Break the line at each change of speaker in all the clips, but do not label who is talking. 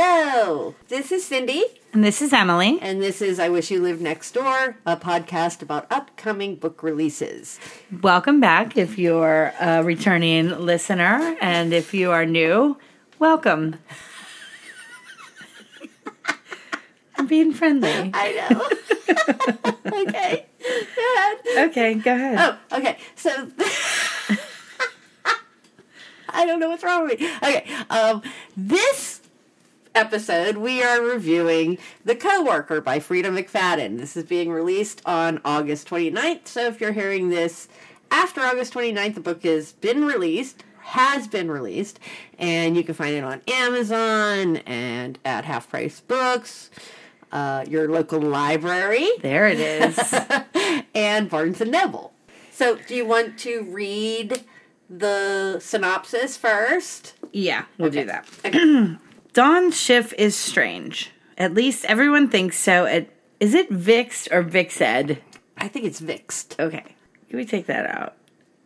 Hello, this is Cindy,
And this is Emily.
and this is I Wish You Lived Next Door, a podcast about upcoming book releases.
Welcome back if you're a returning listener and if you are new, welcome. I'm being friendly.
I know. okay, go ahead.
Okay, go ahead.
Oh, okay, so. I don't know what's wrong with me. Okay, um, this episode we are reviewing The Coworker by Frida McFadden. This is being released on August 29th, so if you're hearing this after August 29th, the book has been released, has been released, and you can find it on Amazon and at Half Price Books, uh, your local library,
There it is.
and Barnes and Noble. So, do you want to read the synopsis first?
Yeah, we'll do that. Dawn Schiff is strange. At least everyone thinks so. It, is it Vixed or Vixed?
I think it's Vixed.
Okay. Can we take that out?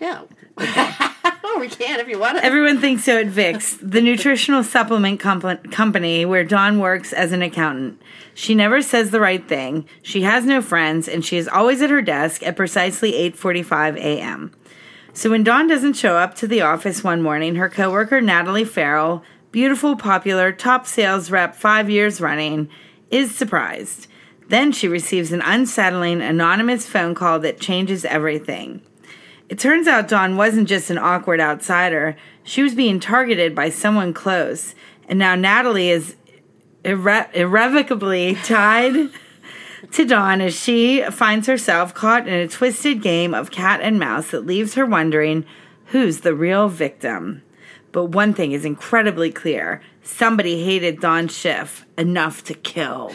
No. oh, we can if you want to.
Everyone thinks so at Vix, the nutritional supplement comp- company where Dawn works as an accountant. She never says the right thing. She has no friends, and she is always at her desk at precisely 8:45 a.m. So when Dawn doesn't show up to the office one morning, her coworker Natalie Farrell, beautiful, popular, top sales rep 5 years running, is surprised. Then she receives an unsettling anonymous phone call that changes everything. It turns out Dawn wasn't just an awkward outsider. She was being targeted by someone close. And now Natalie is irre- irrevocably tied to Dawn as she finds herself caught in a twisted game of cat and mouse that leaves her wondering who's the real victim. But one thing is incredibly clear somebody hated Dawn Schiff enough to kill.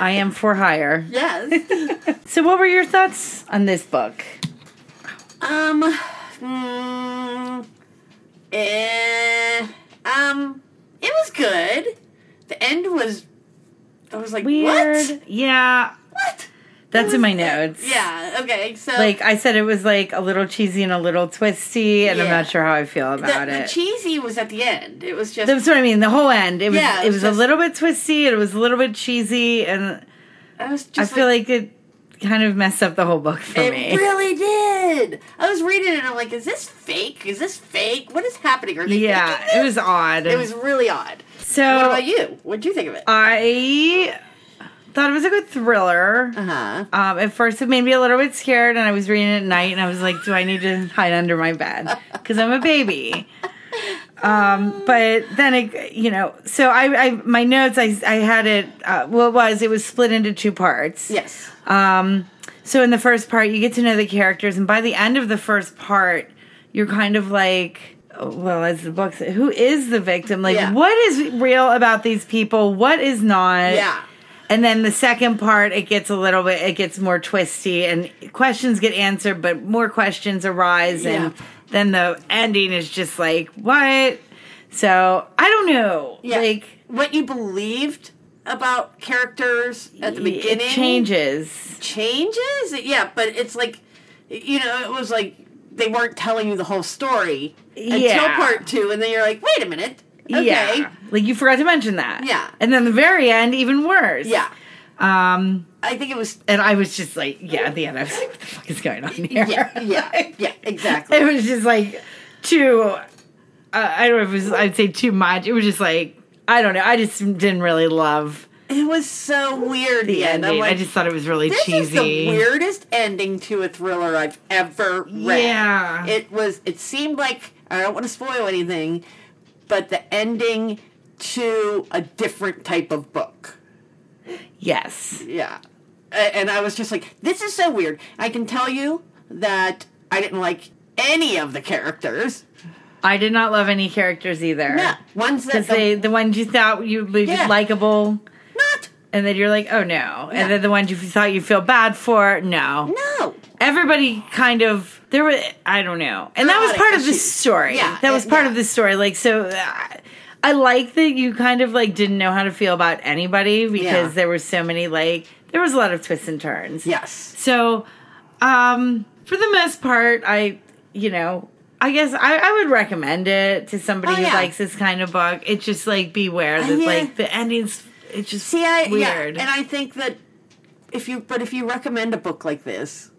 I am for hire.
Yes.
So, what were your thoughts on this book?
um. Mm, eh, um. It was good. The end was. I was like, what?
Yeah,
What?
that's in my notes.
Yeah. Okay. So
Like I said, it was like a little cheesy and a little twisty, and I'm
Yeah.
not sure how I feel
the,
about
the
it.
cheesy was at the end. It was just.
that's what I mean. The whole end, it was
Yeah,
it was a
just-
little bit twisty. It was a little bit cheesy, and
I was
I
just.
feel like it kind of messed up the whole book for
It
me.
really did. I was reading it and I'm like, is this fake? Is this fake? What is happening? Are they faking
yeah,
this?
it was odd.
It was really odd.
so. um,
what about you? What'd you think of it?
I thought it was a good thriller.
Uh-huh.
Um, at first, it made me a little bit scared, and I was reading it at night, and I was like, "Do I need to hide under my bed? Because I'm a baby." Um, but then it, you know, so I, I my notes, I, I had it. Uh, well, it was it was split into two parts.
Yes.
Um, so in the first part, you get to know the characters, and by the end of the first part, you're kind of like, well, as the book says, who is the victim? Like,
Yeah.
what is real about these people? What is not?
Yeah.
And then the second part, it gets a little bit, it gets more twisty, and questions get answered, but more questions arise, and
Yeah.
then the ending is just like, what? So I don't know.
Yeah.
Like,
what you believed about characters at the beginning
it changes.
changes? Yeah, but it's like you know, it was like they weren't telling you the whole story until
Yeah.
part two and then you're like, wait a minute. Okay.
Yeah. Like you forgot to mention that.
Yeah.
And then the very end, even worse.
Yeah.
Um,
I think it was
and I was just like, yeah, at the end, I was like, what the fuck is going on here?
Yeah, yeah, yeah, exactly.
it was just like too, uh, I don't know if it was, I'd say too much. It was just like, I don't know. I just didn't really love
It was so weird
the
the end.
ending.
I'm like,
I just thought it was really
this
cheesy.
is the weirdest ending to a thriller I've ever read.
Yeah.
It was it seemed like I don't want to spoil anything, but the ending to a different type of book.
yes.
Yeah. A- And I was just like, this is so weird. I can tell you that I didn't like any of the characters.
I did not love any characters either.
Yeah. Ones that
Because
the-
they, the ones you thought you would be
Yeah.
likable,
not
and then you're like, oh no.
Yeah.
And then the ones you thought you feel bad for, no.
no.
everybody kind of there were I don't know, and that was
Erotic
part of the
issues.
story.
Yeah,
that was
it-
part
yeah.
of the story. Like so, uh, I like that you kind of like didn't know how to feel about anybody because
Yeah.
there were so many like there was a lot of twists and turns.
Yes.
So, um, for the most part, I you know I guess I, I would recommend it to somebody
Oh,
who
yeah.
likes this kind of book. It's just like beware that
yeah.
like the ending's it's just
See, I
weird.
yeah, and I think that if you but if you recommend a book like this,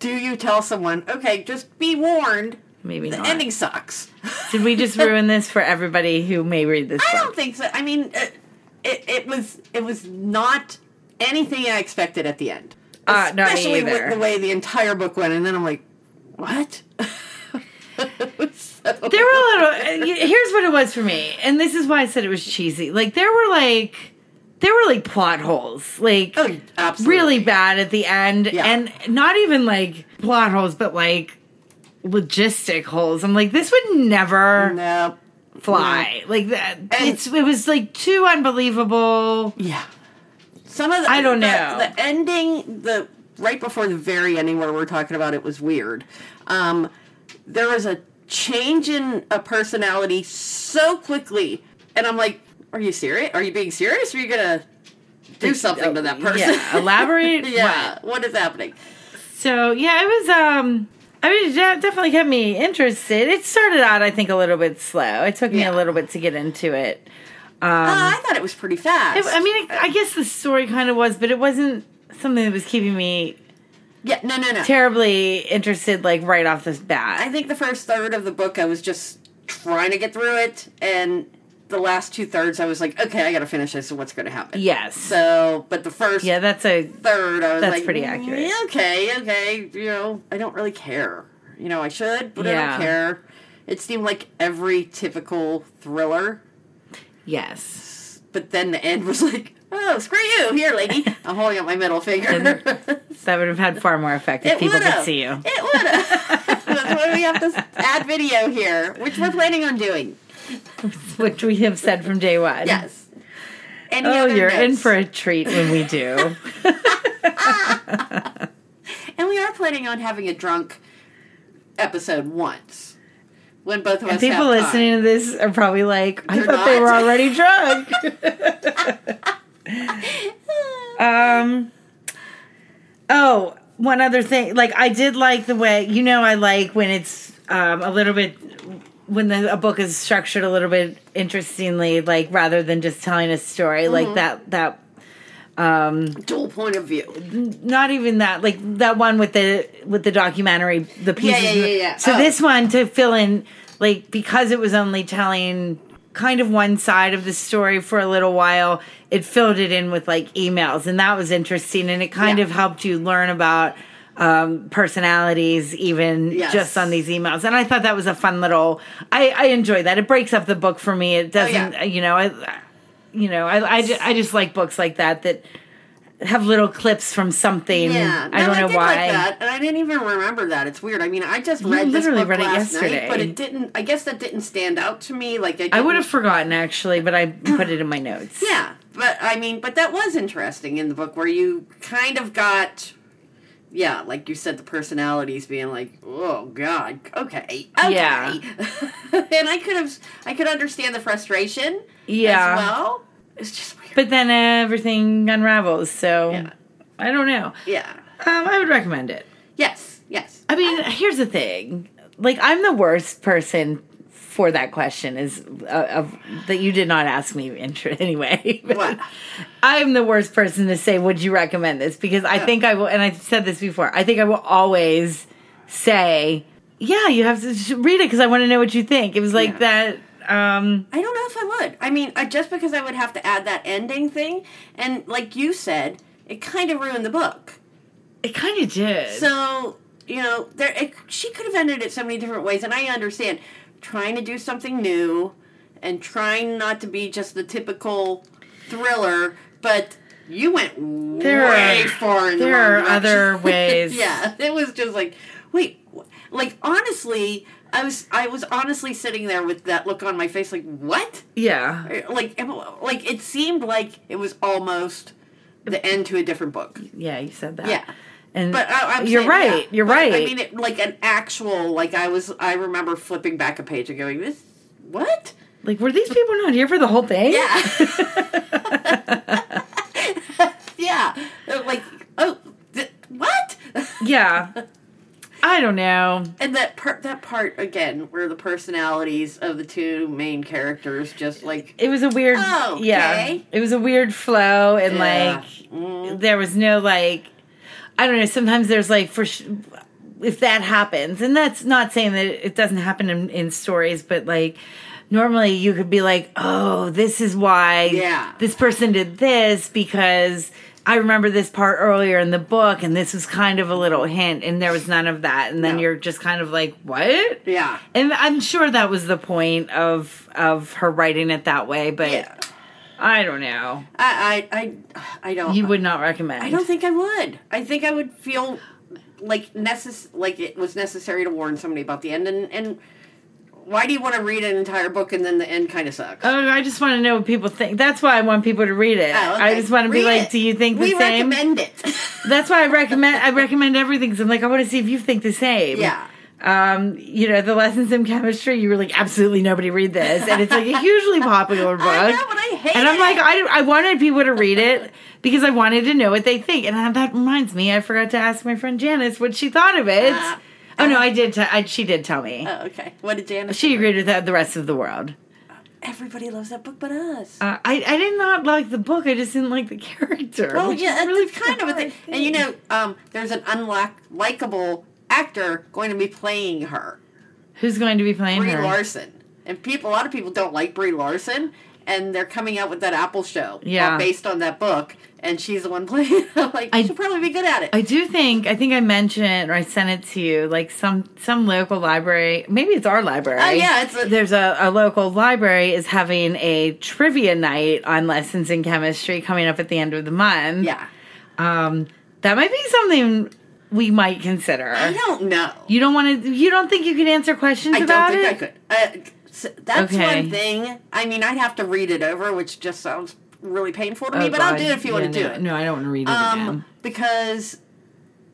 do you tell someone, okay, just be warned,
Maybe
the
not.
ending sucks?
Did we just ruin this for everybody who may read this
I
book?
don't think so. I mean, it, it it was it was not anything I expected at the end.
Uh, not me
Especially
either.
with the way the entire book went, and then I'm like, what? So-
There were a little. uh, y- Here's what it was for me, and this is why I said it was cheesy. Like there were like there were like plot holes, like
Oh, absolutely.
really bad at the end,
Yeah.
and not even like plot holes, but like logistic holes. I'm like, this would never
no.
fly. Like that. It's it was like too unbelievable.
Yeah. Some of the
I don't
the-
know.
the ending the right before the very ending where we're talking about it was weird. Um, there was a change in a personality so quickly, and I'm like, are you serious? Are you being serious? Are you gonna do something to that person?
Yeah, elaborate. What?
yeah. What is happening?
So yeah, it was. um I mean, that definitely kept me interested. It started out, I think, a little bit slow. It took me
Yeah.
a little bit to get into it. Um,
Uh, I thought it was pretty fast.
I mean, I, I guess the story kind of was, but it wasn't something that was keeping me
yeah, no, no, no.
terribly interested, like right off the
I
bat.
think the first third of the book, I was just trying to get through it, and the last two thirds, I was like, okay, I gotta finish this, and what's gonna happen?
yes.
So, but the first
yeah, that's a.
third, I was
That's
like,
pretty accurate.
"Yeah, Okay, okay, you know, I don't really care. You know, I should, but I
Yeah.
don't care. It seemed like every typical thriller,
Yes.
but then the end was like, oh, screw you, here, lady. I'm holding up my middle finger.
That would have had far more effect if
it
people
would
could
have.
see you.
It would have. That's why we have to add video here, which we're planning on doing.
Which we have said from day one.
Yes. Any
Oh,
other
you're in
notes?
for a treat when we do.
And we are planning on having a drunk episode once when both of us
People
have time.
listening to this are probably like, I
They're
thought they
not.
were already drunk. um, oh, one other thing. Like, I did like the way, you know, I like when it's um, a little bit, when the, a book is structured a little bit interestingly, like rather than just telling a story,
Mm-hmm.
like that, that um,
dual point of
Mm-hmm.
view.
not even that like that one with the with the documentary the pieces
yeah, yeah, yeah.
so
Oh.
this one to fill in like because it was only telling kind of one side of the story for a little while it filled it in with like emails and that was interesting and it kind
Yeah.
of helped you learn about um, personalities even
Yes.
just on these emails and i thought that was a fun little i i enjoy that it breaks up the book for me it
Oh,
doesn't you know i you know I, I, ju- I just like books like that that have little clips from something
Yeah,
i
no,
don't know
did
why
Like that, and I didn't even remember that. It's weird. I mean, I just read this
literally
book
read it
last
yesterday.
night, but it didn't. I guess that didn't stand out to me. Like I,
i would
didn't-
have forgotten actually but i put it in my notes
Yeah, but I mean, but that was interesting in the book where you kind of got. Yeah, like you said, the personalities being like, "Oh God, okay, okay,"
Yeah.
and I could have, I could understand the frustration.
Yeah.
as well, it's just weird.
but then everything unravels so
Yeah.
i don't know
yeah,
um, i would recommend it
yes, yes.
I mean, here's the thing. Like, I'm the worst person for that question. Is uh, of that you did not ask me intro anyway.
What?
I'm the worst person to say. Would you recommend this? Because I think I will, and I've said this before. I think I will always say, "Yeah, you have to sh- read it because I want to know what you think." It was like that. Um,
I don't know if I would. I mean, I, just because I would have to add that ending thing, and like you said, it kind of ruined the book.
it kind of did.
So you know, there it, she could have ended it so many different ways, and I understand trying to do something new and trying not to be just the typical thriller, but you went
There
way
are-
far in the
there
wrong
are other
direction.
ways.
yeah, it was just like, wait, wh- like honestly, I was I was honestly sitting there with that look on my face, like what?
yeah.
Uh, like it- like it seemed like it was almost the end to a different book.
Yeah, you said that.
Yeah.
And
But uh, I, I'm
you're
saying,
right.
yeah.
You're
But,
right.
I mean, it, like an actual like I was. I remember flipping back a page and going, "This what?"
like, were these people not here for the whole thing?
Yeah, yeah. Like oh, th- what?
Yeah. I don't know.
And that part, that part again, where the personalities of the two main characters just like
It was a weird,
Oh,
yeah.
okay.
It was a weird flow, and
Yeah. Mm.
like there was no like, I don't know. Sometimes there's like for sh- if that happens, and that's not saying that it doesn't happen in, in stories, but like normally you could be like, oh, this is why
Yeah.
this person did this because. I remember this part earlier in the book, and this was kind of a little hint, and there was none of that. And then
No.
you're just kind of like, "What?"
yeah,
And I'm sure that was the point of of her writing it that way, but
yeah.
I don't know.
I I I, I don't.
You would not recommend.
I don't think I would. I think I would feel like necess- like it was necessary to warn somebody about the end. And and why do you want to read an entire book and then the end kind of sucks?
Oh, I just want to know what people think. That's why I want people to read it.
Oh, okay.
I just want to be
Read
like,
it.
do you think the
we
same?
recommend it.
That's why I recommend. I recommend everything. 'cause I'm like, I want to see if you think the same.
yeah.
Um, you know, the lessons in chemistry. You were like, absolutely nobody read this, and it's like a hugely popular book.
I know, but I hate
and I'm
it.
like, I, I wanted people to read it because I wanted to know what they think. And that reminds me, I forgot to ask my friend Janice what she thought of it.
Ah.
oh no, I did. T- I, she did tell me.
Oh, okay. What did Janice?
she agreed with that, the rest of the world.
Everybody loves that book, but us.
Uh, I I did not like the book. I just didn't like the character.
Oh
which
yeah,
is
it's
really
kind of a thing.
hard
And you know, um, there's an unlikable actor going to be playing her, uh,
who's going to be playing
Brie
her?
Larson. And people, a lot of people don't like Brie Larson, and they're coming out with that Apple show, uh,
Yeah.
based on that book, and she's the one playing. I'm like,
I-
she'll probably be good at it. Uh,
I do think I think I mentioned or I sent it to you like some some local library maybe it's our library.
Oh, yeah, it's a-
there's a, a local library is having a trivia night on lessons in chemistry coming up at the end of the month.
yeah,
um, that might be something we might consider.
I don't know.
You don't want to. You don't think you could answer questions
I don't
about
think I
it?
could. Uh, s that's
Okay.
one thing. I mean, I'd have to read it over, which just sounds really painful to
Oh,
me. But I'll
God.
do it if you
Yeah,
want to
no,
do it.
No, I don't want to read it again.
Um, because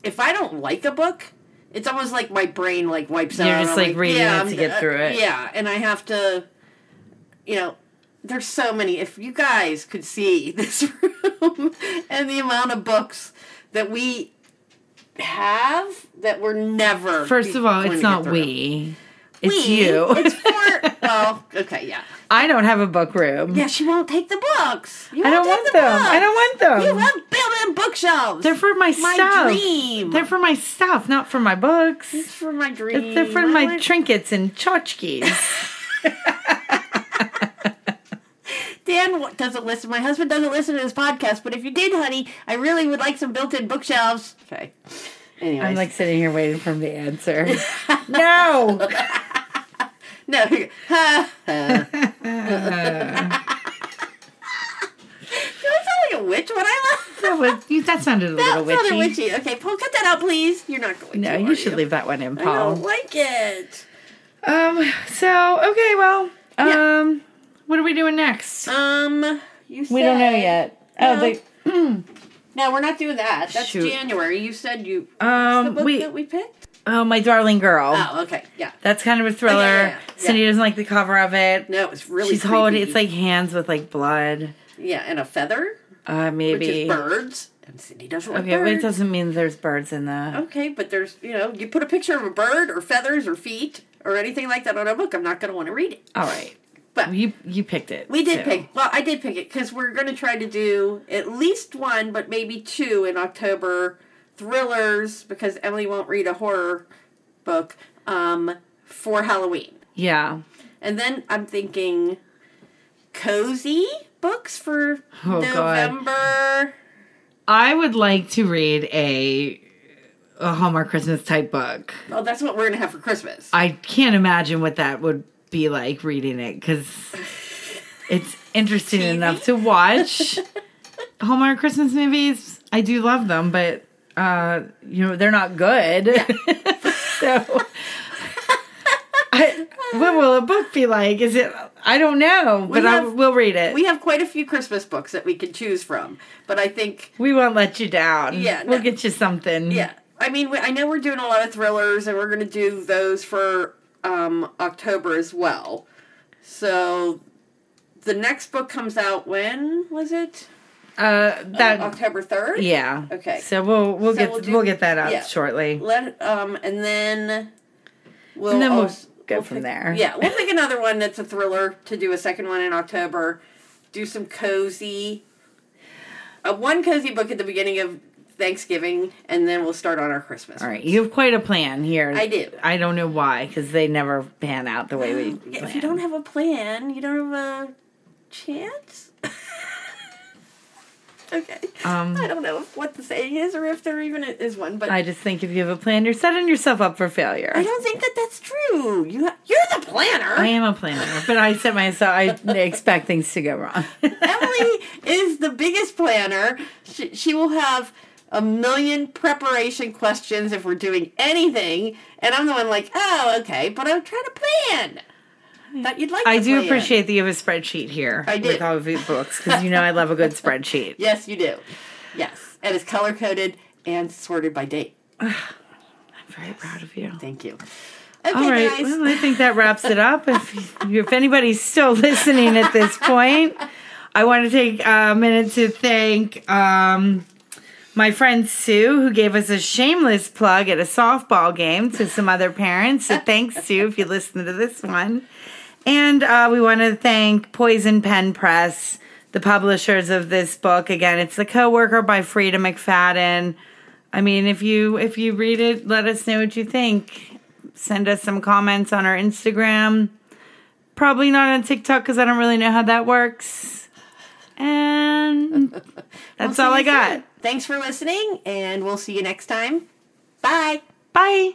if I don't like a book, it's almost like my brain like wipes
You're
out.
just,
I'm
like, reading it to
I'm-
get through it.
Yeah, and I have to, you know, there's so many. If you guys could see this room and the amount of books that we have that we're never.
First
be-
of all,
going
it's
to get
not
through.
we.
We,
It's you.
It's for well, okay, yeah,
I don't have a book room.
yeah. She won't take the books. You
I
won't
don't
take
want
the
them. I
books.
don't want them.
You have built-in bookshelves.
They're for my,
my
stuff.
dream.
They're for my stuff, not for my books.
It's for my dream.
It's- They're for
I
my
want-
trinkets and tchotchkes.
Dan w- doesn't listen. My husband doesn't listen to this podcast, but if you did, honey, I really would like some built-in bookshelves. Okay. Anyways,
I'm like sitting here waiting for him to answer. no.
no. here- Ha, ha. Do I sound like a witch when I laugh?
That, was, you, that sounded a
That
little witchy.
sounded witchy. Okay, Paul, cut that out, please. You're not going
No,
to.
you
are
should leave that one in,
I don't
Paul.
like it.
Um. So okay. Well. Um.
Yeah.
What are we doing next?
Um, you. Said,
we don't know yet.
No.
Oh, the,
No, we're not doing that. That's
Shoot.
January. You said you.
Um,
what's the book
we-
that we picked.
oh, my darling girl.
Oh, okay, yeah.
That's kind of a thriller.
yeah, yeah.
Cindy
Yeah.
doesn't like the cover of it.
No, it's really.
She's holding.
creepy.
It's like hands with like blood.
yeah, and a feather.
Uh,
which
maybe.
is birds. And Cindy doesn't like
Okay,
birds.
but it doesn't mean there's birds in the.
Okay, but there's you know you put a picture of a bird or feathers or feet or anything like that on a book. I'm not going to want to read it.
All right.
But
You you picked it.
we did
so.
pick. Well, I did pick it because we're going to try to do at least one, but maybe two in October thrillers because Emily won't read a horror book um, for Halloween.
Yeah.
And then I'm thinking cozy books for
Oh, God.
November.
I would like to read a a Hallmark Christmas type book.
Oh, that's what we're going to have for Christmas.
I can't imagine what that would be like reading it because it's interesting
TV?
enough to watch Hallmark Christmas movies. I do love them, but uh, you know they're not good. so, I, what will a book be like? Is it? I don't know, but I
have-
will read it.
We
We,
have quite a few Christmas books that we can choose from, but I think
won't let you down.
Yeah,
we'll
no.
get you something.
yeah. I mean, we, I know we're doing a lot of thrillers, and we're going to do those for um, October as well. So the next book comes out when was it?
Uh, that
October 3rd.
yeah.
Okay.
So we'll we'll
So
get
we'll
we'll,
do-
get that up
yeah.
shortly.
Let um and then we'll
And then we'll
als-
go from
pick-
there.
Yeah, we'll pick another one that's a thriller to do a second one in October. Do some cozy uh, one cozy book at the beginning of Thanksgiving and then we'll start on our Christmas.
All right, you have quite a plan here.
I do. Um,
I don't know why, because they never pan out the way we.
Yeah, If you
plan.
don't have a plan, you don't have a chance. okay.
Um,
I don't know if what the saying is or if there even is one, but
I
I,
just think if you have a plan, you're setting yourself up for failure.
don't think that that's true. You ha- you're the planner.
I am a planner, but I set myself. I expect things to go wrong.
Emily is the biggest planner. She, she will have a million preparation questions if we're doing anything, and I'm the one like, oh, okay, but I'm trying to plan. That you'd like.
I
to
do
plan.
appreciate that you have a spreadsheet here
I
with
do.
all of your books because you know I love a good spreadsheet.
Yes, you do. Yes, and it's color coded and sorted by date.
I'm very proud of you.
Thank you. Okay,
All right.
guys.
Well, I think that wraps it up. If you- if anybody's still listening at this point, I want to take a minute to thank um, my friend Sue who gave us a shameless plug at a softball game to some other parents. So thanks, Sue, if you listen to this one. And uh, we want to thank Poison Pen Press, the publishers of this book. Again, it's the co-worker by Frida McFadden. I mean, if you if you read it, let us know what you think. Send us some comments on our Instagram. Probably not on TikTok because I don't really know how that works. And that's all I got.
Thanks for listening, and we'll see you next time. Bye.
Bye.